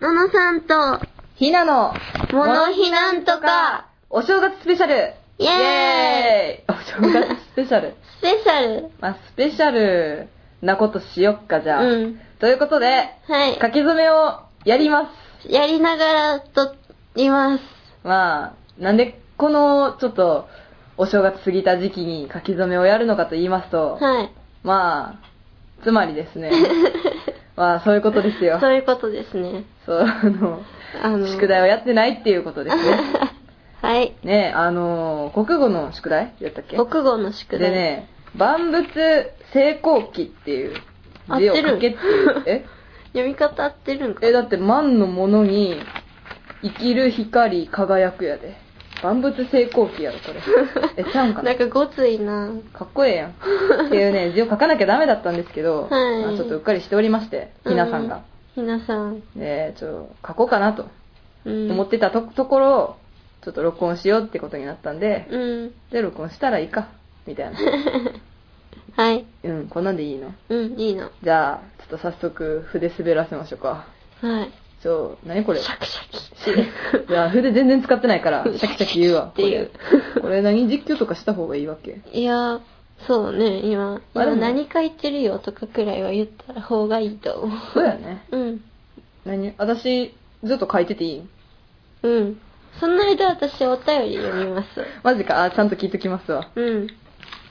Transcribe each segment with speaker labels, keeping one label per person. Speaker 1: ののさんと、
Speaker 2: ひなの、
Speaker 1: ものひなんとか、
Speaker 2: お正月スペシャル
Speaker 1: イエーイ
Speaker 2: イエーイお正月スペシ ャル
Speaker 1: スペシャル。
Speaker 2: まあ、スペシャルなことしよっか、じゃあ。
Speaker 1: うん。
Speaker 2: ということで、
Speaker 1: は
Speaker 2: 書
Speaker 1: い。
Speaker 2: き初めをやります。
Speaker 1: やりながら撮ります。
Speaker 2: まあ、なんでこの、ちょっと、お正月過ぎた時期に書き初めをやるのかと言いますと、
Speaker 1: はい。
Speaker 2: まあ、つまりで すね、まあ、そういうことですよ。
Speaker 1: そういうことですね。
Speaker 2: そう、あの、
Speaker 1: あの、
Speaker 2: 宿題をやってないっていうことですね。
Speaker 1: はい。
Speaker 2: ねあのー国語の宿題やったっけ
Speaker 1: 国語の宿題。
Speaker 2: でね、万物成功記っていう字を書けって
Speaker 1: 合
Speaker 2: い
Speaker 1: っ
Speaker 2: う。
Speaker 1: て
Speaker 2: え
Speaker 1: 読み方合ってるんか
Speaker 2: え、だって万のものに生きる光輝くやで。万物成功記やろ、これ。え、ちゃうんかな
Speaker 1: なんかごついな。
Speaker 2: かっこええやん。ってい うね、字を書かなきゃダメだったんですけど、
Speaker 1: はい
Speaker 2: まあちょっとうっかりしておりまして、ひなさんが。
Speaker 1: うん。ひなさん。
Speaker 2: で、ちょ、書こうかなと
Speaker 1: うん。
Speaker 2: 思ってたとところ、ちょっと録音しようってことになったんで、
Speaker 1: うん。
Speaker 2: で、録音したらいいか、みたいな。
Speaker 1: はい。
Speaker 2: うん、こんなんでいいの
Speaker 1: うん、いいな。
Speaker 2: じゃあ、ちょっと早速、筆滑らせましょうか。
Speaker 1: はい。
Speaker 2: ちょ、何これ
Speaker 1: シャキシャキ。
Speaker 2: いや、筆全然使ってない から、シャキシャキ言うわ。
Speaker 1: っていう
Speaker 2: これ。これ何実況とかした方がいいわけ
Speaker 1: いや、そうね、今、
Speaker 2: まあで
Speaker 1: 今
Speaker 2: も
Speaker 1: 何書いてるよとかくらいは言った方がいいと思う。
Speaker 2: そうやね。
Speaker 1: うん。
Speaker 2: 何私、ずっと書いてていい
Speaker 1: うん。その間私お便り読みます。
Speaker 2: マジか、あ、ちゃんと聞いときますわ。
Speaker 1: うん。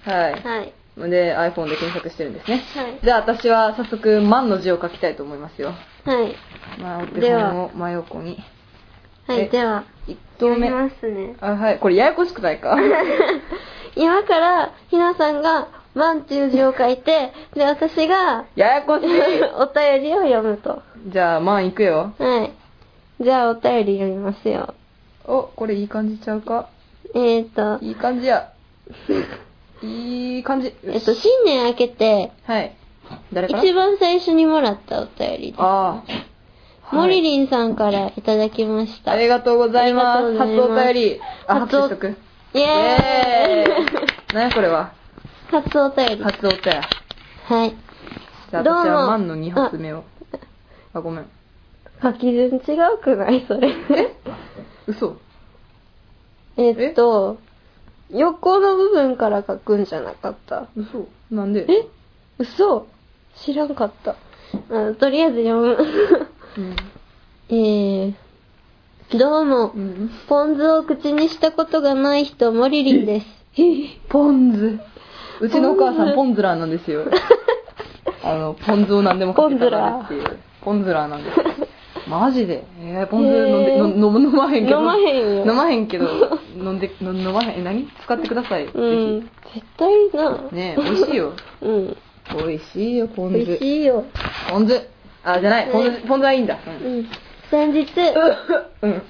Speaker 2: はい。
Speaker 1: はい。
Speaker 2: で、iPhone で検索してるんですね。
Speaker 1: はい。
Speaker 2: じゃあ私は早速、万の字を書きたいと思いますよ。
Speaker 1: はい。
Speaker 2: まあ、お手
Speaker 1: では
Speaker 2: 本を真横に。
Speaker 1: は
Speaker 2: え
Speaker 1: い、では、
Speaker 2: 1投
Speaker 1: 読み
Speaker 2: 目。
Speaker 1: ますね。
Speaker 2: あ、はい。これややこしくない か
Speaker 1: 今から、ひなさんが、万っていう字を書いて、で、私が、
Speaker 2: ややこしい
Speaker 1: お便りを読むと。
Speaker 2: じゃあ、万いくよ。
Speaker 1: はい。じゃあ、お便り読みますよ。
Speaker 2: お、これいい感じちゃうか
Speaker 1: えっ、ー、と、
Speaker 2: いい感じや。いい感じ。
Speaker 1: えっ、と、新年明けて、
Speaker 2: はい。誰から
Speaker 1: 一番最初にもらったお便りです。
Speaker 2: ああ。
Speaker 1: モリ
Speaker 2: ン
Speaker 1: リンさんからいただきました。
Speaker 2: ありがとうございます。
Speaker 1: あ
Speaker 2: 初
Speaker 1: りがとう
Speaker 2: お
Speaker 1: ございます
Speaker 2: 便り。あ、
Speaker 1: 初
Speaker 2: 拍手
Speaker 1: お
Speaker 2: しとく。
Speaker 1: イ
Speaker 2: イ
Speaker 1: エーイ
Speaker 2: ーイ何やこれは。
Speaker 1: 初お便り。は
Speaker 2: 初お便り。じ
Speaker 1: い。
Speaker 2: ゃあ私
Speaker 1: どうも
Speaker 2: は万の2発目を。あ、ごめん。
Speaker 1: 書き順違うくないそれ。
Speaker 2: 嘘。
Speaker 1: えっと、横の部分から書くんじゃなかった。
Speaker 2: 嘘。なんで
Speaker 1: え嘘知らんかった。うんとりあえず読 む。
Speaker 2: うん。
Speaker 1: えー、どうも
Speaker 2: う、ん。
Speaker 1: ポン酢を口にしたことがない人、モリリン です。
Speaker 2: ポン酢。うちのお母さんポ
Speaker 1: ポ
Speaker 2: ンズラーなんで すよ。あの、ポン酢を何でもかけたらっていう。ポンズラーなんですよ。マジで。えー、ポン酢飲んで、
Speaker 1: へー
Speaker 2: 飲飲む飲まへんけど。
Speaker 1: 飲まへんよ
Speaker 2: 飲まへんけ ど、飲んで、飲飲まへん。え、何使ってください。ぜ
Speaker 1: うん、絶対な。
Speaker 2: ひ。ねえ、美味しいよ。
Speaker 1: うん。
Speaker 2: 美味しいよ、ポン
Speaker 1: 美味
Speaker 2: 酢。
Speaker 1: しいよ。
Speaker 2: ポン酢。あ、じゃない。ポン
Speaker 1: ね
Speaker 2: 酢、ポン酢はいいんだ。う。
Speaker 1: うんん。先日、
Speaker 2: うん。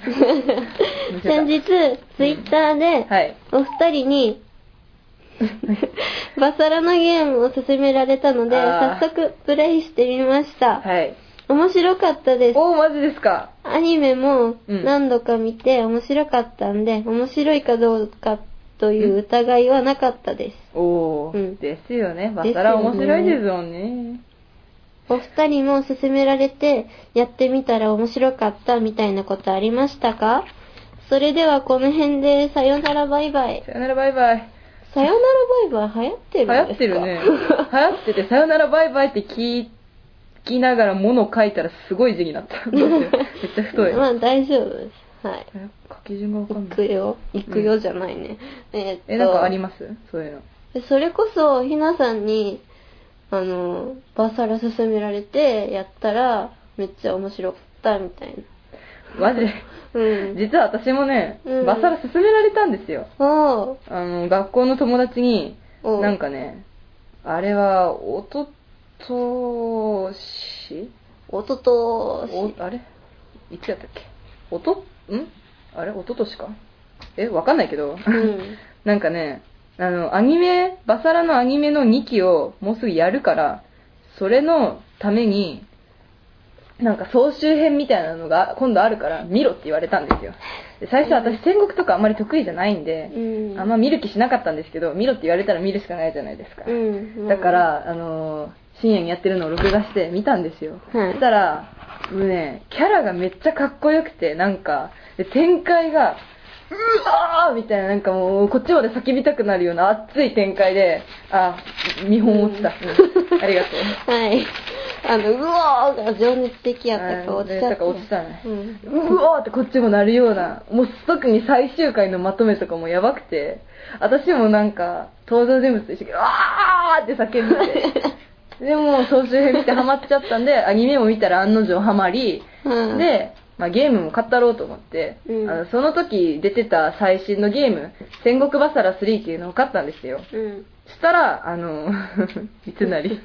Speaker 1: 先日、ツイッターで、
Speaker 2: はい。
Speaker 1: お二人 に、バサラのゲームを勧められたので、
Speaker 2: あー
Speaker 1: 早速プレイしてみました。
Speaker 2: はい。
Speaker 1: 面白かったです。
Speaker 2: おー、マジですか。
Speaker 1: アニメも
Speaker 2: うん
Speaker 1: 何度か見て面白かったんで、面白いかどうかという疑いはなかったです。
Speaker 2: おー、
Speaker 1: うん
Speaker 2: ですよね。バサラ面白いですもんね。
Speaker 1: お二人も勧められてやってみたら面白かったみたいなことありましたかそれではこの辺でさよならバイバイ。
Speaker 2: さよならバイバイ。
Speaker 1: さよならバイバイ流行ってるん
Speaker 2: 流
Speaker 1: ですか
Speaker 2: 行ってる ね。流行ってて、さよならバイバイって聞きながら物を書いたらすごい字になった。めっちゃ太 い。
Speaker 1: まあ大丈夫です。はい。
Speaker 2: え書き順がわかん
Speaker 1: 行
Speaker 2: な
Speaker 1: く
Speaker 2: い。
Speaker 1: よ。行くよじゃないね。えーっと。
Speaker 2: え、なんかありますそういうの。
Speaker 1: それこそ、ひなさんに、あの、バサラ勧められて、やったら、めっちゃ面白かった、みたいな。
Speaker 2: マジで。
Speaker 1: うん。
Speaker 2: 実は私もね
Speaker 1: う、ん
Speaker 2: バサラ勧められたんですよ。
Speaker 1: おう
Speaker 2: あの、学校の友達に、
Speaker 1: おう
Speaker 2: なんかね、あれは、おととし
Speaker 1: おとと
Speaker 2: お
Speaker 1: し。
Speaker 2: あれいつやったっけおと、んあれおととしかえ、わかんないけど。
Speaker 1: うん。
Speaker 2: なんかね、あの、アニメ、バサラのアニメの2期をもうすぐやるから、それのために、なんか総集編みたいなのが今度あるから見ろって言われたんですよ。で最初私戦国とかあんまり得意じゃないんで、
Speaker 1: うん。
Speaker 2: あんま見る気しなかったんですけど、見ろって言われたら見るしかないじゃないですか。
Speaker 1: うん。
Speaker 2: だか、ら、あのー深夜にやってるのを録画して見たんですよ。
Speaker 1: はい
Speaker 2: そしたら、もうね、キャラがめっちゃかっこよくて、なんか、で展開が、うわーみたいな、なんかもう、こっちまで叫びたくなるような熱い展開で、あ、見本落ちた。うんありがとう。
Speaker 1: はい。あの、うおーが情熱的やったから
Speaker 2: あ
Speaker 1: 落ちちゃった。
Speaker 2: ー落ちたね。
Speaker 1: うん。
Speaker 2: うわーってこっちもなるような、もう特に最終回のまとめとかもやばくて、私もなんか、登場人物と一緒に、うわーって叫んで て、でも、総集編見てハマっちゃったんで、アニメも見たら案の定ハマり、
Speaker 1: うん、
Speaker 2: で、まあ、ゲームも買ったろうと思って、
Speaker 1: うん
Speaker 2: あのその時出てた最新のゲーム、戦国バサラ3っていうのを買ったんですよ。
Speaker 1: うん。
Speaker 2: したら、あ の、三成。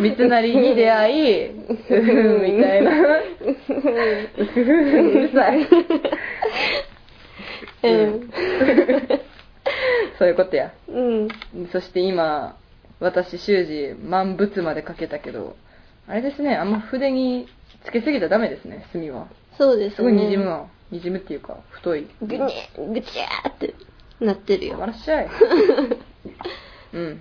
Speaker 2: 三成に出会 い、みたいな。うる さい。
Speaker 1: うん。
Speaker 2: そういうことや。
Speaker 1: うん。
Speaker 2: そして今、私、修士、万物までかけたけど、あれですね、あんま筆につけすぎたらダメですね、墨は。
Speaker 1: そうですね。
Speaker 2: すごいにじむな。にじむっていうか、太い。
Speaker 1: ぐにゃぐちゃーってなってるよ。
Speaker 2: あ
Speaker 1: は
Speaker 2: らっしゃい。うん。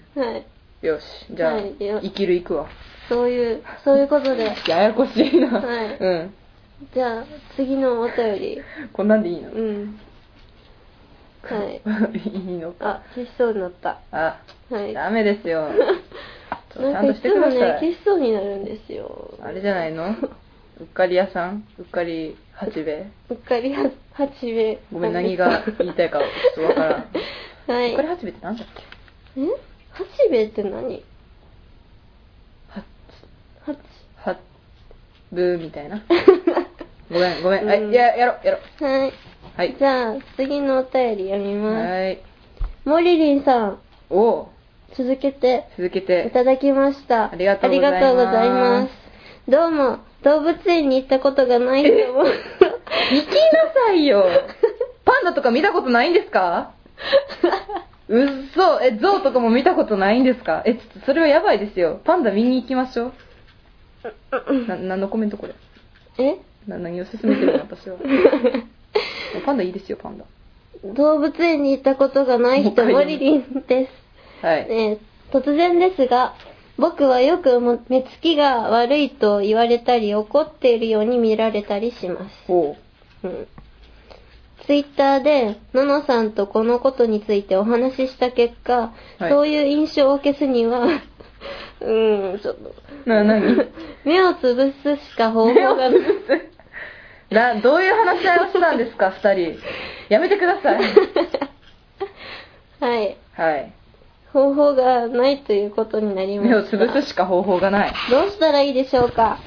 Speaker 1: い。
Speaker 2: よし。じゃあ、
Speaker 1: はいよ
Speaker 2: 生きる行くわ。
Speaker 1: そういう、そういうことで。
Speaker 2: ややこしいな。
Speaker 1: はい
Speaker 2: うん。
Speaker 1: じゃあ、次のお便り。
Speaker 2: こんなんでいいの、
Speaker 1: うん。はい。
Speaker 2: いいのか。
Speaker 1: あ、消しそうになった。
Speaker 2: あ、
Speaker 1: はい。
Speaker 2: ダメです よ。ちょ
Speaker 1: な
Speaker 2: ちゃ
Speaker 1: んか
Speaker 2: んと
Speaker 1: い
Speaker 2: して
Speaker 1: つ
Speaker 2: く
Speaker 1: も
Speaker 2: ださい。
Speaker 1: ね、消しそうになるんですよ。
Speaker 2: あれじゃないのうっかり屋さんうっかり八兵衛
Speaker 1: うっかりは、はちべ。
Speaker 2: ごめん、何が言いたいかちょっとわからん。う
Speaker 1: はい。
Speaker 2: っかり八兵衛ってなんだっけ
Speaker 1: えはちべって何
Speaker 2: は、
Speaker 1: はち。
Speaker 2: は、ぶーみたいな。ごめん、ごめん。は
Speaker 1: うん
Speaker 2: い、や、やろ、やろ。
Speaker 1: はい。
Speaker 2: はい。
Speaker 1: じゃあ、次のお便り読みます。
Speaker 2: はい。
Speaker 1: モリリンさん、
Speaker 2: おう
Speaker 1: 続けて
Speaker 2: 続け
Speaker 1: い
Speaker 2: て。
Speaker 1: ただきました。
Speaker 2: ありがとうございま
Speaker 1: あ
Speaker 2: す
Speaker 1: りがとうございますどうも、動物園に行ったことがないと 思う。
Speaker 2: 行きなさ いよパンダとか見たことないんですかうっそえゾウとかも見たことないんですかえちょっとそれはやばいですよパンダ見に行きましょうな何のコメントこれ
Speaker 1: え
Speaker 2: な何を勧 めてるの私はパンダいいですよパンダ
Speaker 1: 動物園に行ったことがない人、
Speaker 2: もう一
Speaker 1: モ
Speaker 2: 回
Speaker 1: リリンです。
Speaker 2: はい、
Speaker 1: ねえ突然ですが、僕はよくも目つきが悪いと言われたり、怒っているように見られたりします。
Speaker 2: おう
Speaker 1: うんツイッターで、ののさんとこのことについてお話しした結果、
Speaker 2: はい
Speaker 1: そういう印象を消すには、 うん、ちょっと、
Speaker 2: な何
Speaker 1: 目をつぶすしか方法がない。
Speaker 2: などういう話し合いをしたんですか二人やめてください
Speaker 1: はい。
Speaker 2: はい
Speaker 1: 方法がないということになりまし
Speaker 2: 目
Speaker 1: た。
Speaker 2: をつぶすしか方法がない
Speaker 1: どうしたらいいでしょうか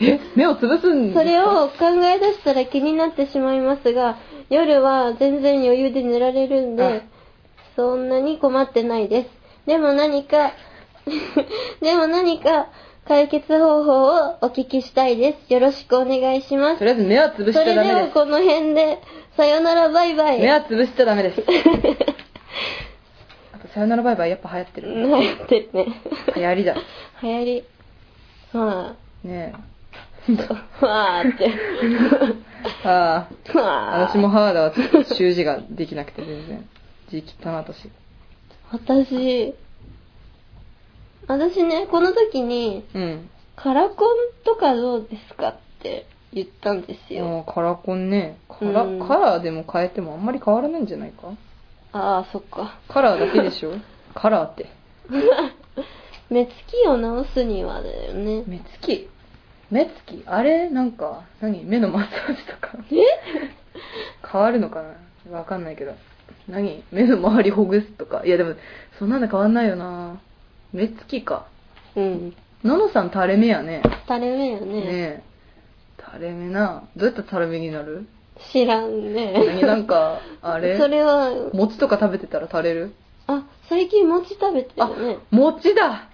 Speaker 2: え目をつぶすん
Speaker 1: それを考え出したら気になってしまいますが、夜は全然余裕で寝られるん
Speaker 2: あ
Speaker 1: で、そんなに困ってないです。でも何か、 でも何か解決方法をお聞きしたいです。よろしくお願いします
Speaker 2: と。りあえず目はつぶしち
Speaker 1: それ
Speaker 2: ゃダ
Speaker 1: で
Speaker 2: メ
Speaker 1: は
Speaker 2: です
Speaker 1: この辺で、さよならバイバイ。
Speaker 2: 目はつぶしちゃダメで すあとさよならバイバイやっぱ流行って
Speaker 1: 流
Speaker 2: る
Speaker 1: 行ってるね。
Speaker 2: 流行りだ
Speaker 1: 流行り。は
Speaker 2: ね
Speaker 1: あ、はあって。
Speaker 2: えああ
Speaker 1: はあ。
Speaker 2: 私も。ハードはちょっと習字ができなくて全然字切ったな私
Speaker 1: 私、私ね、この時に、
Speaker 2: うん
Speaker 1: カラコンとかどうですかって言ったんですよ。
Speaker 2: もうカラコンねカラ,、
Speaker 1: うん
Speaker 2: カラーでも変えてもあんまり変わらないんじゃないか
Speaker 1: ああ、そっか。
Speaker 2: カラーだけでし ょカラーって
Speaker 1: 目つきを直すにはだよね。
Speaker 2: 目つき目つきあれなんか何目のマッサージとか 変わるのかなわかんないけど何目の周りほぐすとかいやでもそんなの変わんないよな目つきか
Speaker 1: えうん。
Speaker 2: ののさん垂れ目やね
Speaker 1: 垂れ目よね。
Speaker 2: ねえ垂れ目などうやったら垂れ目になる
Speaker 1: 知らん
Speaker 2: 何
Speaker 1: ね。
Speaker 2: なんかあれ
Speaker 1: それは、
Speaker 2: 餅とか食べてたら垂れる
Speaker 1: あ、最近餅食べて
Speaker 2: あ
Speaker 1: るね。
Speaker 2: 餅だ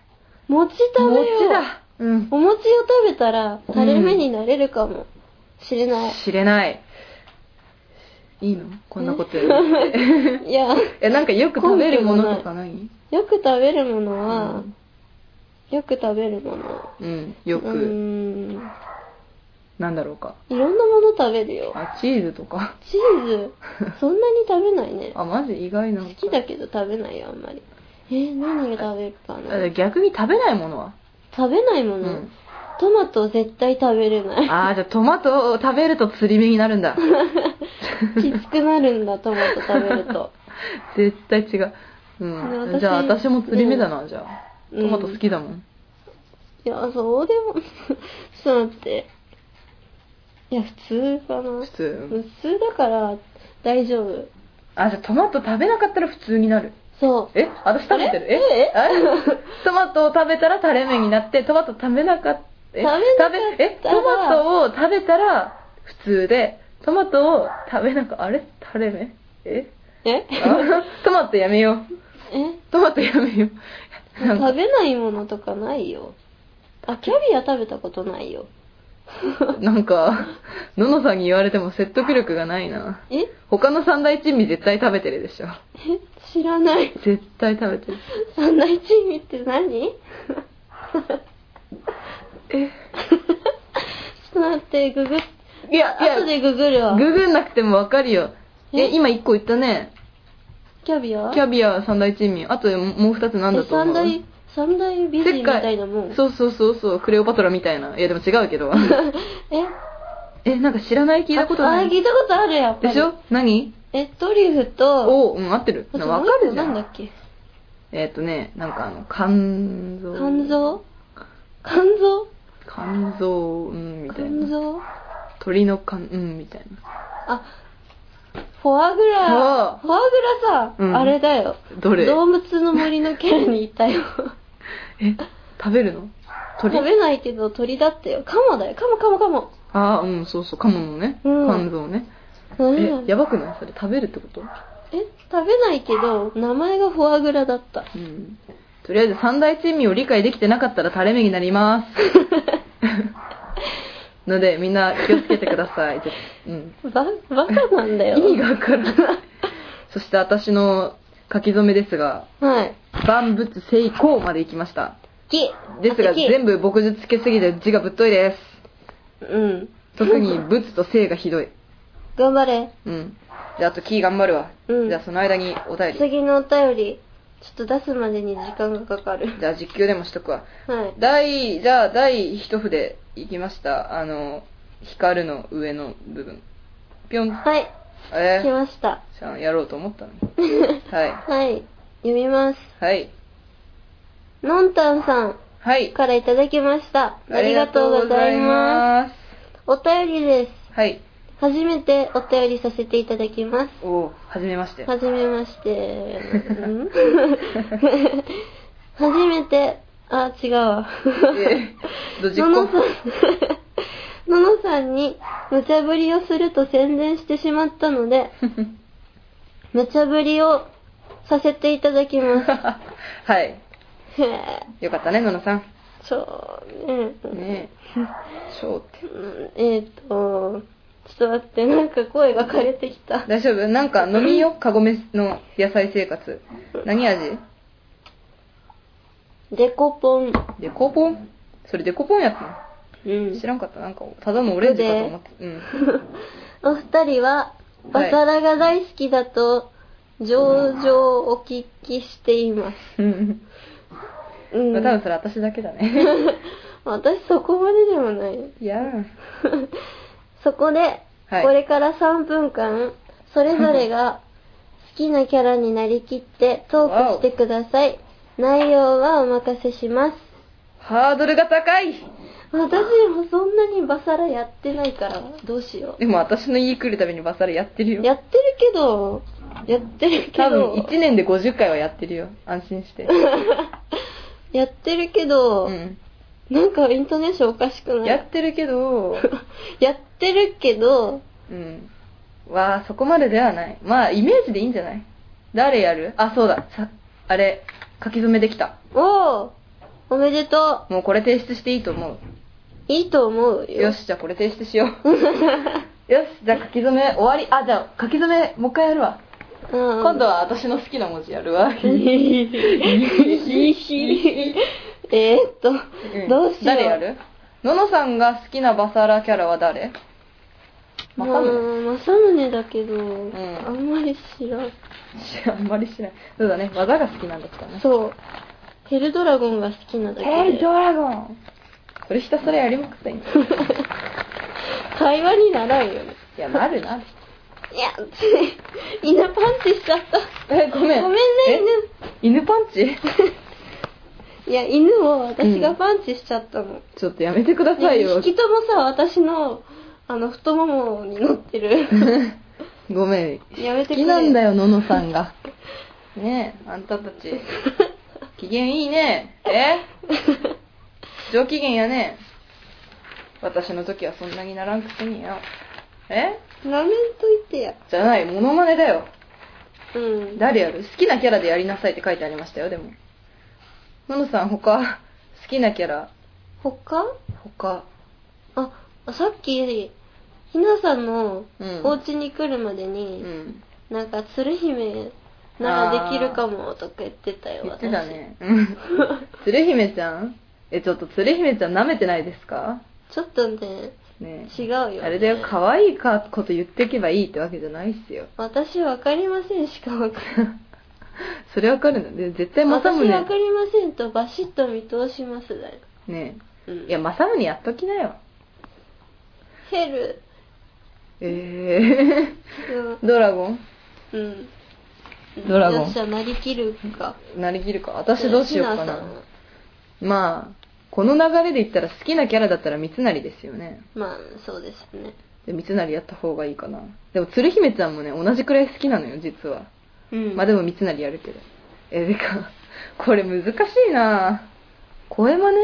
Speaker 1: 餅食べよう。
Speaker 2: 餅だうん
Speaker 1: お餅を食べたら垂れ目になれるかもしれない。
Speaker 2: 知れないいいのこんなことより
Speaker 1: いや、よ
Speaker 2: え、なんかよく食べるものとかない
Speaker 1: く食べるもの
Speaker 2: う
Speaker 1: は、
Speaker 2: ん
Speaker 1: よく食べるもの。
Speaker 2: うん、よ
Speaker 1: う
Speaker 2: く、
Speaker 1: ーん。
Speaker 2: なんだろうか。
Speaker 1: いろんなもの食べるよ。
Speaker 2: あ、チーズ とか。
Speaker 1: チー ズ、そんなに食べないね。
Speaker 2: あ、マジ意外な。
Speaker 1: 好きだけど食べないよ、あんまり。えー何が食べるか
Speaker 2: あ
Speaker 1: な
Speaker 2: 逆に食べないものは
Speaker 1: 食べないも
Speaker 2: う
Speaker 1: の、
Speaker 2: ん
Speaker 1: トマト絶対食べれない。
Speaker 2: ああ、じゃあトマトを食べると釣り目になる んだ。
Speaker 1: きつくなるんだ、トマト食べる と。
Speaker 2: 絶対違う。う
Speaker 1: ね
Speaker 2: ん。
Speaker 1: 私
Speaker 2: じゃあ私も釣り目だな、じゃあ。
Speaker 1: う
Speaker 2: ト
Speaker 1: ん
Speaker 2: マト好きだもん。
Speaker 1: いや、そうでも、 ちょっと待って。いや、普通かな
Speaker 2: 普。通。
Speaker 1: 普通だから大丈夫。
Speaker 2: あ、じゃあトマト食べなかったら普通になる。
Speaker 1: そう。
Speaker 2: え私食べてるえ
Speaker 1: え
Speaker 2: あれトマトを食べたらタレ麺になって、トマト食べなかった。え
Speaker 1: 食べなかった
Speaker 2: 食べえトマトを食べたら普通で、トマトを食べなかあれタレ麺え
Speaker 1: え
Speaker 2: あトマトやめよう。
Speaker 1: え
Speaker 2: トマトやめよう。なんか
Speaker 1: 食べないものとかないよ。あ、キャビア食べたことないよ。
Speaker 2: なんか、ののさんに言われても説得力がないな。
Speaker 1: え
Speaker 2: 他の三大珍味絶対食べてるでしょ。
Speaker 1: え知らない。
Speaker 2: 絶対食べてる。
Speaker 1: 三大珍味って何ちょ
Speaker 2: え
Speaker 1: っと待って、ググっ、
Speaker 2: いや、いや
Speaker 1: 後、でググるわ。
Speaker 2: ググんなくてもわかるよ。
Speaker 1: え
Speaker 2: え、今一個言ったね。
Speaker 1: キャビア
Speaker 2: キャビア三大珍味。あともう二つなんだと思う
Speaker 1: え三大、三大美人みたいなもん。
Speaker 2: そうそうそうそう、クレオパトラみたいな。いや、でも違うけど。
Speaker 1: え
Speaker 2: え、なんか知らない聞いたことな
Speaker 1: あ、
Speaker 2: い。
Speaker 1: 聞いたことあるやっぱ
Speaker 2: で
Speaker 1: り。
Speaker 2: しょ何
Speaker 1: え、トリュフと、
Speaker 2: おうん、合ってる。
Speaker 1: あと
Speaker 2: わかるじゃ
Speaker 1: なんだ
Speaker 2: ん。
Speaker 1: っけ
Speaker 2: えっとね、なんかあの、肝臓。
Speaker 1: 肝臓肝臓
Speaker 2: 肝臓、うん、みたい
Speaker 1: 肝
Speaker 2: な。
Speaker 1: 臓
Speaker 2: 鳥の肝、うん、みたいな。
Speaker 1: あ、フォアグラ、
Speaker 2: そ
Speaker 1: フォアグラさ、
Speaker 2: うん
Speaker 1: あれだよ。
Speaker 2: どれ
Speaker 1: 動物の森のキャラにいたよ。
Speaker 2: え、食べるの
Speaker 1: 食
Speaker 2: 鳥
Speaker 1: べないけど鳥だったよ。カモだよ。カモカモカモ。
Speaker 2: ああ、うん、そうそう、鴨のね。
Speaker 1: うん
Speaker 2: 肝臓ね。
Speaker 1: 何
Speaker 2: え、や
Speaker 1: や
Speaker 2: ばくないそれ食べるってこと
Speaker 1: え、食べないけど、名前がフォアグラだった。
Speaker 2: うん。とりあえず三大珍味を理解できてなかったら垂れ目になり ます。ので、みんな気をつけてくださ い。うん。
Speaker 1: ば、バカなんだよ。
Speaker 2: 意味がわからない。 そして私の書き初めですが、
Speaker 1: はい。
Speaker 2: 万物成功まで行きました。
Speaker 1: き。
Speaker 2: ですが、
Speaker 1: あと木
Speaker 2: 全部牧術つけすぎて字がぶっといです。
Speaker 1: うん。
Speaker 2: 特 に仏と性がひどい。
Speaker 1: 頑張れ。
Speaker 2: うん。じゃあ、あとキー頑張るわ。
Speaker 1: うん
Speaker 2: じゃあ、その間にお便り。
Speaker 1: 次のお便り、ちょっと出すまでに時間がかかる。
Speaker 2: じゃあ、実況でもしとくわ。
Speaker 1: はい。
Speaker 2: 第、じゃあ、第一筆いきました。あの、光の上の部分。ぴょん。
Speaker 1: はい。
Speaker 2: え
Speaker 1: 来
Speaker 2: ー、
Speaker 1: ました。
Speaker 2: じゃあやろうと思ったのに。はい。
Speaker 1: はい。読みます。
Speaker 2: はい。
Speaker 1: のんたんさん。
Speaker 2: はい。。
Speaker 1: からいただきました。ありがとうございますす。お便りです。
Speaker 2: はい。
Speaker 1: 初めてお便りさせていただきます。
Speaker 2: おーはじめまして。
Speaker 1: はじめまして。ん 初めて、あ、違うわ。
Speaker 2: えー、どじっ
Speaker 1: ののさ
Speaker 2: こ。
Speaker 1: ん、 ののさんに無茶ぶりをすると宣伝してしまったので、無茶ぶりをさせていただきます。
Speaker 2: はい。
Speaker 1: へえ、
Speaker 2: よかったね、ののさん。
Speaker 1: そう、ね
Speaker 2: ねえ。しょうって。
Speaker 1: うんえーっと、ちょっと待って、なんか声が枯れてきた。
Speaker 2: 大丈夫なんか飲みよ。 カゴメの野菜生活。何味
Speaker 1: デコポン。
Speaker 2: デコポンそれデコポンやったの
Speaker 1: うん
Speaker 2: 知。らんかったなんかただのオレンジかと思ってうん
Speaker 1: お二人は、バサラが大好きだと、上々お聞きしています。
Speaker 2: うん
Speaker 1: うん。
Speaker 2: まあ多分それ私だけだね
Speaker 1: 私そこまででも ない。
Speaker 2: いやー
Speaker 1: そこで、
Speaker 2: はい
Speaker 1: これから3分間、それぞれ が好きなキャラになりきってトークしてください。内容はお任せします。
Speaker 2: ハードルが高い
Speaker 1: 私もそんなにバサラやってないから、どうしよ
Speaker 2: でも私の家来るためにバサラやってる
Speaker 1: う。
Speaker 2: よ
Speaker 1: やってるけど、やってるけ
Speaker 2: 多分
Speaker 1: ど、
Speaker 2: 1年で50回はやってるよ安心して
Speaker 1: やってるけど、
Speaker 2: うん
Speaker 1: なんかイントネーションおかしくない
Speaker 2: やってるけど
Speaker 1: やってるけど、
Speaker 2: うんわあそこまでではないまあイメージでいいんじゃない誰やるあそうださあれ書き初めできた
Speaker 1: おーおめでと
Speaker 2: もうこれ提出していいと思
Speaker 1: ういいと思う
Speaker 2: う
Speaker 1: よ。
Speaker 2: よしじゃあこれ提出しようよしじゃあ書き初め終わりあじゃあ書き初めもう一回やるわ
Speaker 1: うん、
Speaker 2: 今度は私の好きな文字やるわ。
Speaker 1: えーっと、
Speaker 2: ん
Speaker 1: どうしよう。
Speaker 2: 誰やるののさんが好きなバサラキャラは誰
Speaker 1: ま
Speaker 2: ま
Speaker 1: あ、
Speaker 2: さむ
Speaker 1: 正宗だけど、
Speaker 2: ん
Speaker 1: あんまり知らん。
Speaker 2: あんまり知らない。そうだね、技が好きなんだったね。
Speaker 1: そう。ヘルドラゴンが好きなだけで。
Speaker 2: ドラゴンそれひたすらやりまくったら いいんだよ
Speaker 1: 会話にならんよね。
Speaker 2: いや、なるな。
Speaker 1: いや、 犬パンチしちゃった。
Speaker 2: え、ごめん。
Speaker 1: ごめんね
Speaker 2: え犬パンチ
Speaker 1: いや、犬を私がパンチしちゃったの。
Speaker 2: ちょっとやめてくださいよ
Speaker 1: 2。匹ともさ、私の、あの、太ももに乗って る。
Speaker 2: ごめん。
Speaker 1: やめて
Speaker 2: 好
Speaker 1: くれ
Speaker 2: きなんだ よ、ののさんが。 ねえ、あんたたち。機嫌いいね。え上機嫌やね。私の時はそんなにならんくせによ。え
Speaker 1: ラーメンと言ってや。
Speaker 2: じゃない、モノマネだよ。
Speaker 1: うん。
Speaker 2: 誰やる好きなキャラでやりなさいって書いてありましたよ、でも。ののさん、他、好きなキャラ、
Speaker 1: 他
Speaker 2: 他、
Speaker 1: あ、さっき、ひなさんの
Speaker 2: うん
Speaker 1: お家に来るまで
Speaker 2: う
Speaker 1: に、
Speaker 2: ん。
Speaker 1: なんか、鶴姫ならできるかもとか言ってたよ、
Speaker 2: 言ってたね。うん。鶴姫ちゃんえ、ちょっと鶴姫ちゃん舐めてないですか
Speaker 1: 私。ちょっとね、
Speaker 2: ね
Speaker 1: 違うよ、ね。
Speaker 2: あれだよ、可愛いかこと言ってけばいいってわけじゃないっすよ。
Speaker 1: 私わかりませんしかわかんない。
Speaker 2: それわかるんだよ。で絶対
Speaker 1: 私
Speaker 2: 政宗。
Speaker 1: わかりませんとバシッと見通しますだよ。
Speaker 2: ね
Speaker 1: うん
Speaker 2: いや、政宗やっときなよ。
Speaker 1: ヘル、
Speaker 2: えー。ドラゴン
Speaker 1: うん。
Speaker 2: ドラゴン
Speaker 1: よっしゃ、なりきるか。
Speaker 2: なりきるか。私どうしようか
Speaker 1: ひさ
Speaker 2: な。
Speaker 1: んは
Speaker 2: まあ、この流れで言ったら好きなキャラだったら三成ですよね。
Speaker 1: まあ、そうですね。
Speaker 2: で、三成やった方がいいかな。でも鶴姫ちゃんもね、同じくらい好きなのよ、実は。
Speaker 1: うん。
Speaker 2: まあでも三成やるけど。え、でか、これ難しいな声真似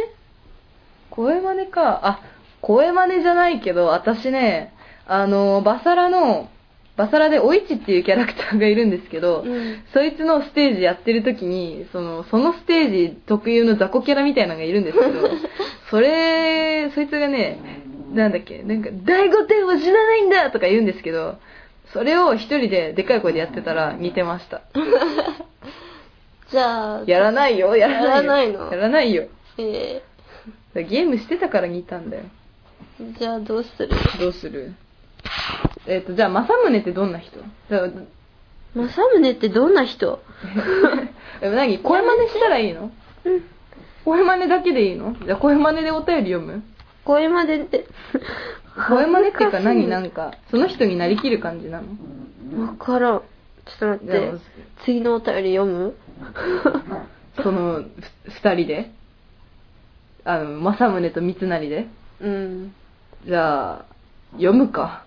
Speaker 2: 声真似か。あ、声真似じゃないけど、私ね、あの、バサラの、バサラでお市っていうキャラクターがいるんですけど、
Speaker 1: うん。
Speaker 2: そいつのステージやってる時に、その、そのステージ特有の雑魚キャラみたいなのがいるんですけ ど、それ、そいつがね、なんだっけ、なんか、第5点は死なないんだとか言うんですけど、それを一人ででっかい声でやってたら似てました。
Speaker 1: じゃあ、
Speaker 2: やらないよ、やらない
Speaker 1: やらない
Speaker 2: よ。
Speaker 1: の
Speaker 2: やらないよ。
Speaker 1: え
Speaker 2: ゲームしてたから似たんだよ。
Speaker 1: ー、じゃあどうする
Speaker 2: どうするえっ、と、じゃあ、政宗ってどんな人だ から
Speaker 1: 正宗ってどんな人
Speaker 2: え何声真似したらいいの
Speaker 1: うん。
Speaker 2: 声真似だけでいいのじゃあ、声真似でお便り読む
Speaker 1: 声までって。
Speaker 2: 声真似っていうか何なんんか、その人になりきる感じなの
Speaker 1: わからん。ちょっと待っ
Speaker 2: じゃ
Speaker 1: て。次のお便り読 む
Speaker 2: あ、その、ふ二人であの、政宗と三成で
Speaker 1: うん。
Speaker 2: じゃあ、読むか。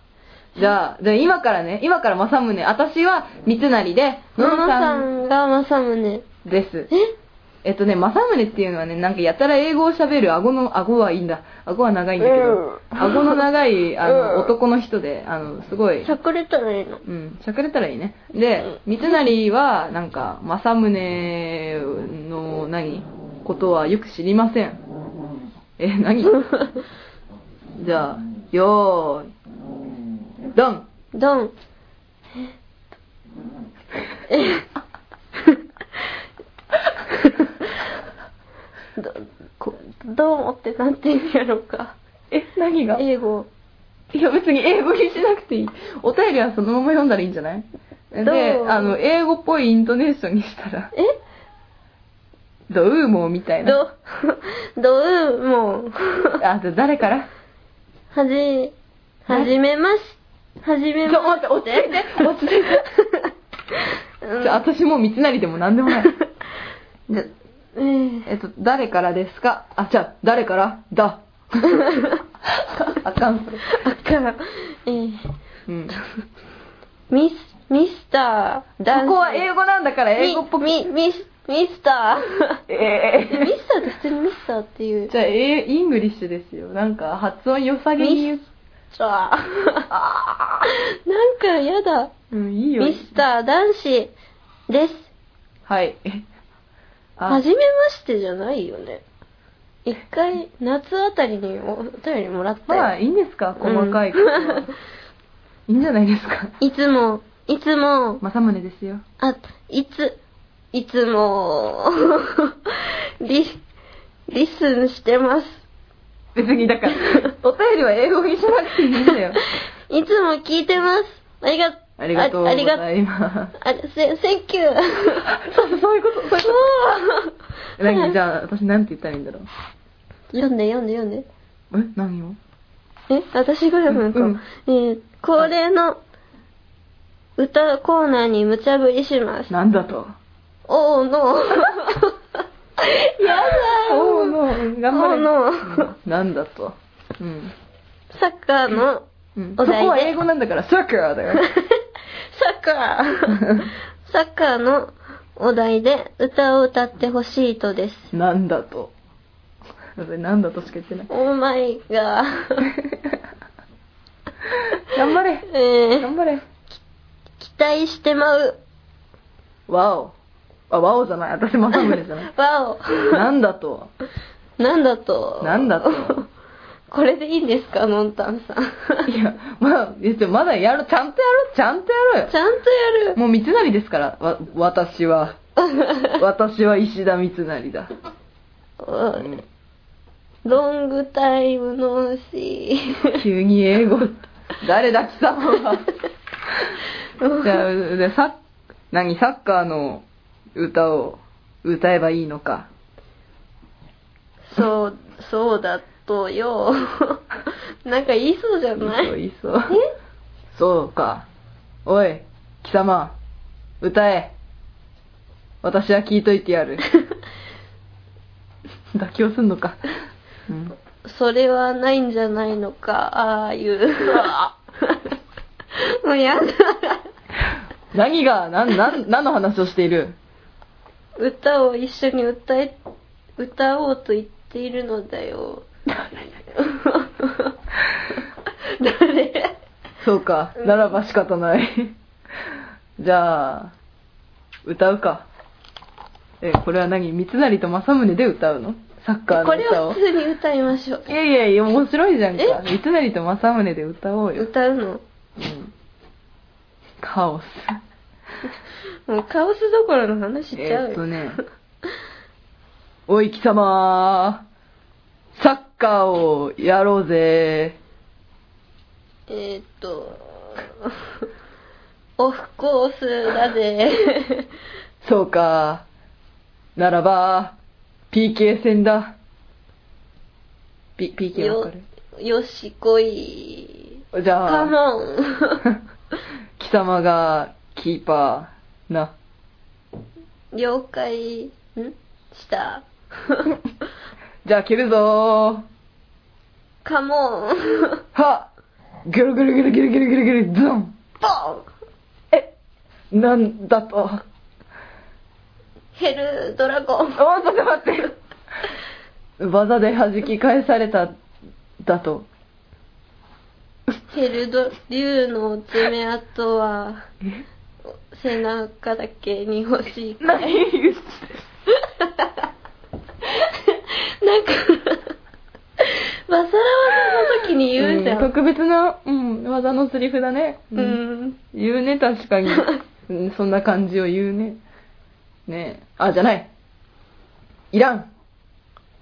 Speaker 2: じゃあ、じゃあ今からね、今から政宗、私は三成で、
Speaker 1: ののさ
Speaker 2: ん
Speaker 1: んが正宗。
Speaker 2: です。
Speaker 1: え
Speaker 2: えっとね、政宗っていうのはね、なんかやたら英語を喋る、顎の、顎はいいんだ。顎は長いんだけど、
Speaker 1: うん
Speaker 2: 顎の 長い、あ
Speaker 1: う
Speaker 2: の、
Speaker 1: ん
Speaker 2: 男の人で、あの、すごい
Speaker 1: し、ゃくれたらいいの
Speaker 2: うん、しゃくれたらいいね。で、三成は、なんか、政宗の、何ことはよく知りません。え、 何じゃあ、よーい、ドン
Speaker 1: ドン。ええ ど、こどうもってなんて言うんやろうか。
Speaker 2: え、何が
Speaker 1: 英語。
Speaker 2: いや別に英語にしなくていい。お便りはそのまま読んだらいいんじゃないで
Speaker 1: ど、う
Speaker 2: あの、英語っぽいイントネーションにしたら、
Speaker 1: え
Speaker 2: ドウーモーみたいな。
Speaker 1: ど、どう も。
Speaker 2: あ、じゃあ誰から
Speaker 1: はじ、はじめまし、はじめ
Speaker 2: ちょ、
Speaker 1: ま
Speaker 2: 待って、落ち着いて、落ち着いて。
Speaker 1: うん
Speaker 2: じゃあ私もう三成でも何でもない。じゃ
Speaker 1: えー
Speaker 2: えっと、誰からですかあ、じゃあ、誰からだ。あかん、それ。
Speaker 1: あから、えー
Speaker 2: うん。こ
Speaker 1: ミス、ミスター、ダンス。
Speaker 2: こは英語なんだから、英語っぽく。
Speaker 1: ミ、ミミス、ミスタ ー。
Speaker 2: え
Speaker 1: えミスターって普通にミスターっていう
Speaker 2: ー。じゃあ、えーイングリッシュですよ。なんか、発音良さげに言う
Speaker 1: ミ。スター。なんかやだ。
Speaker 2: うん、いいよ。
Speaker 1: ミスター男子です。
Speaker 2: はい。
Speaker 1: はじめましてじゃないよね。一回、夏あたりにお便りもらったよ。
Speaker 2: まあ、いいんですか細かいことは、
Speaker 1: うん
Speaker 2: いいんじゃないですか
Speaker 1: いつも、いつも、
Speaker 2: 政宗ですよ。
Speaker 1: あ、いつ、いつも、リ、リスンしてます。
Speaker 2: 別に、だから、お便りは英語にしなくていいんだよ。
Speaker 1: いつも聞いてます。ありが、
Speaker 2: ありがとう
Speaker 1: ああ
Speaker 2: ご
Speaker 1: りが、
Speaker 2: ざいます。
Speaker 1: あ、せ、センキュー。
Speaker 2: そうそうそういうこと、そういうこ
Speaker 1: おー
Speaker 2: と。何じゃあ、私なんて言ったらいいんだろう。
Speaker 1: 読んで読んで読んで。
Speaker 2: え何を
Speaker 1: え私が読むのか。
Speaker 2: うん
Speaker 1: えー恒例の歌コーナーに無茶ぶりします。
Speaker 2: なんだと
Speaker 1: おー のやだよ
Speaker 2: おーのうん頑
Speaker 1: お
Speaker 2: 張れ
Speaker 1: ーの
Speaker 2: うんなんだとうん、
Speaker 1: サッカーの、
Speaker 2: うん、
Speaker 1: お題
Speaker 2: そ
Speaker 1: で
Speaker 2: こは英語なんだ からサッカーだよ
Speaker 1: サッカー サッカーのお題で歌を歌ってほしいとです。
Speaker 2: なんだと私なんだとしか言って ない
Speaker 1: オーマイガー。
Speaker 2: 頑張れ
Speaker 1: えー
Speaker 2: 頑張れ
Speaker 1: 期待してまう。
Speaker 2: わおあわおじゃない私まさむねじゃない
Speaker 1: わ
Speaker 2: なんだと
Speaker 1: お。なんだと。
Speaker 2: なんだと
Speaker 1: これでいいんですか、のんたんさん。
Speaker 2: いやまあえちょまだやろうちゃんとやろうちゃんとやろうよ
Speaker 1: ちゃんとやる。
Speaker 2: もう三成ですからわ私は私は石田三成だ、う
Speaker 1: うん
Speaker 2: ん、
Speaker 1: ロングタイムのし。
Speaker 2: 急に英語誰だ貴様 はじゃあでサッ何サッカーの歌を歌えばいいのか
Speaker 1: そう、そうだとよ。なんか言いそうじゃない
Speaker 2: そういそうそうかおい貴様歌え私は聞いといて やる妥協すんのか、うん、
Speaker 1: それはないんじゃないのか、ああいう。もうやだ。
Speaker 2: 何が何何何の話をしている
Speaker 1: 歌を一緒に歌え、歌おうと言っているのだよ。 誰
Speaker 2: そうか、ならば仕方ない。じゃあ、歌うか。え、これは何三成と正宗で歌うのサッカー
Speaker 1: こ
Speaker 2: の
Speaker 1: れ
Speaker 2: 歌
Speaker 1: を
Speaker 2: を
Speaker 1: 普。通に歌いましょう
Speaker 2: い。やいやいや、面白いじゃんか。
Speaker 1: え
Speaker 2: 三成と正宗で歌おうよ。
Speaker 1: 歌うの
Speaker 2: うん。カオス。
Speaker 1: もうカオスどころの話しちゃ
Speaker 2: え
Speaker 1: う
Speaker 2: ーっ
Speaker 1: よ
Speaker 2: と。ね。おい貴様サッカーをやろうぜ。
Speaker 1: えーっと、オフコースだぜ。
Speaker 2: そうか。ならば、PK 戦だ。P、PK わか
Speaker 1: よ
Speaker 2: る、
Speaker 1: よしこい。
Speaker 2: じゃ
Speaker 1: カ
Speaker 2: あ、
Speaker 1: モ ン。
Speaker 2: 貴様がキーパーな。
Speaker 1: 了解、んした。
Speaker 2: じゃあ蹴るぞ
Speaker 1: カモン。
Speaker 2: ー。はぐるぐるぐるぐるぐるぐるぐる、ズン
Speaker 1: ボン
Speaker 2: え、なんだと。あ、
Speaker 1: ヘルドラゴン。
Speaker 2: ちょっと待って。技で弾き返された、だと。
Speaker 1: ヘルド、竜の爪痕は、背中だけに欲しい。
Speaker 2: 何
Speaker 1: なんか、バサラワの時に言うじゃん。
Speaker 2: 特別な、うん、技のセリフだね。
Speaker 1: うん。
Speaker 2: 言うね 確かに、うん、そんな感じを言うねねえあじゃないいらん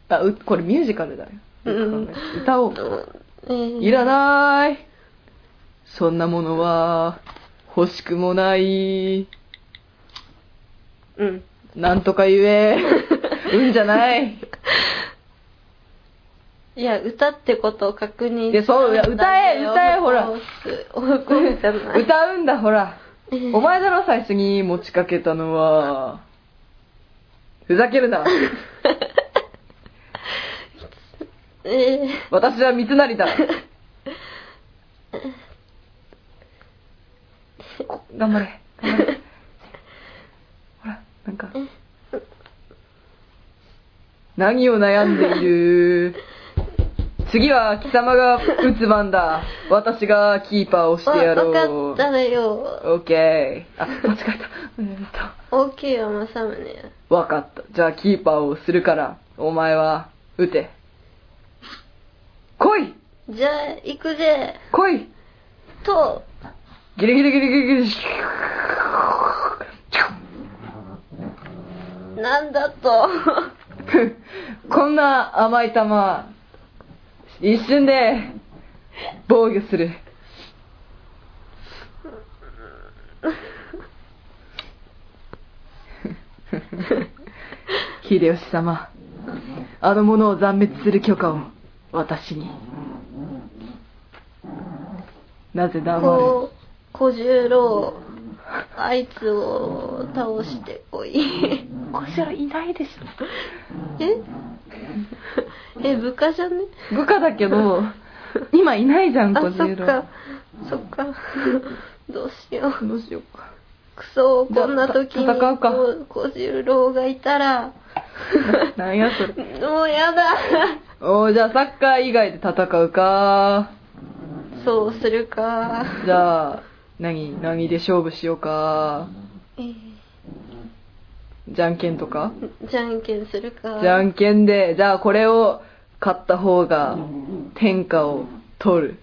Speaker 2: あうこれミュージカルだよ、
Speaker 1: うん
Speaker 2: 歌おう
Speaker 1: えー
Speaker 2: いらないそんなものは欲しくもない
Speaker 1: うん。
Speaker 2: なんとか 言えうんじゃない
Speaker 1: いや、歌ってことを確認
Speaker 2: いやそういや歌え歌えほら
Speaker 1: オフコースオフコースじゃない。
Speaker 2: 歌うんだほら
Speaker 1: えー
Speaker 2: お前だろ最初に持ちかけたのはふざけるな
Speaker 1: え
Speaker 2: 私は三 成だ頑張れ 頑張れほらなんか何を悩んでいる次は貴様が打つ番だ私がキーパーを
Speaker 1: ー、
Speaker 2: してやろ
Speaker 1: わわ
Speaker 2: う
Speaker 1: かっただよ。
Speaker 2: オッケーあ間違えたうんと
Speaker 1: OK よ、まさむね。
Speaker 2: わかった。じゃあキーパーをするから、お前は打て。来い
Speaker 1: じゃあ、行くぜ。
Speaker 2: 来い
Speaker 1: と、
Speaker 2: ギリギリギリギリギリ。
Speaker 1: なんだと。
Speaker 2: こんな甘い球、一瞬で防御する。秀吉様、あのものを残滅する許可を私になぜ黙る
Speaker 1: こう小十郎あいつを倒してこい
Speaker 2: こちらいないでし
Speaker 1: え え部下じゃね
Speaker 2: ょ部下だけど今いないじゃん
Speaker 1: あ
Speaker 2: 小
Speaker 1: そ
Speaker 2: 十
Speaker 1: っ
Speaker 2: 郎
Speaker 1: かそっか どうしよう
Speaker 2: どうしよう か
Speaker 1: クソ
Speaker 2: じゃあ
Speaker 1: こんな時に
Speaker 2: た戦うか
Speaker 1: こ小十郎がいたら
Speaker 2: なんやそれ
Speaker 1: もうやだ
Speaker 2: おーじゃあサッカー以外で戦うか
Speaker 1: そうするか
Speaker 2: じゃあ何何で勝負しようか
Speaker 1: えー
Speaker 2: じゃんけんとか
Speaker 1: じゃんけんするか
Speaker 2: じゃんけんでじゃあこれを勝った方が天下を取る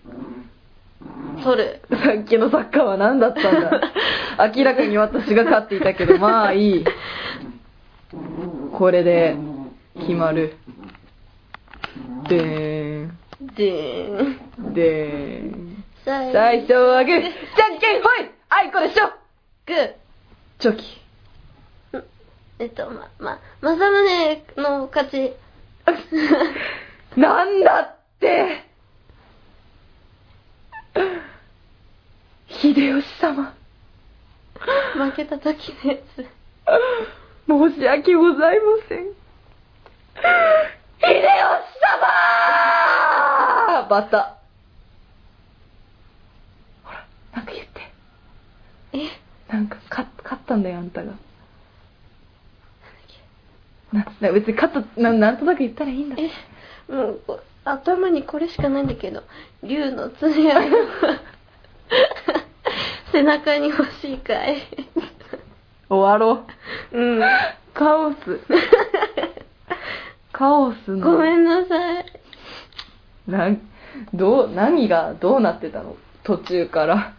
Speaker 1: 取る
Speaker 2: さっきのサッカーは何だったんだ明らかに私が勝っていた けどまあいいこれで決まるでーん
Speaker 1: でーん
Speaker 2: でーん
Speaker 1: 最
Speaker 2: 最初はグーじゃんけんほいあいこでしょ
Speaker 1: グー
Speaker 2: チョキ
Speaker 1: えっと、ま、ま、正宗の勝ち。
Speaker 2: なんだって秀吉様
Speaker 1: 負けた時のやつ。
Speaker 2: 申し訳ございません。秀吉様バタ。ほら、なんか言って。
Speaker 1: え
Speaker 2: なんか、か、勝ったんだよ、あんたが。な、な別に勝った、ななんとなく言ったらいいんだ。
Speaker 1: え、もうこ、頭にこれしかないんだけど、竜の爪や 背中に欲しいかい。
Speaker 2: 終わろ
Speaker 1: うん。
Speaker 2: う。カオス。 カオスの。
Speaker 1: ごめんなさい。
Speaker 2: なん、どう、何がどうなってたの途中から。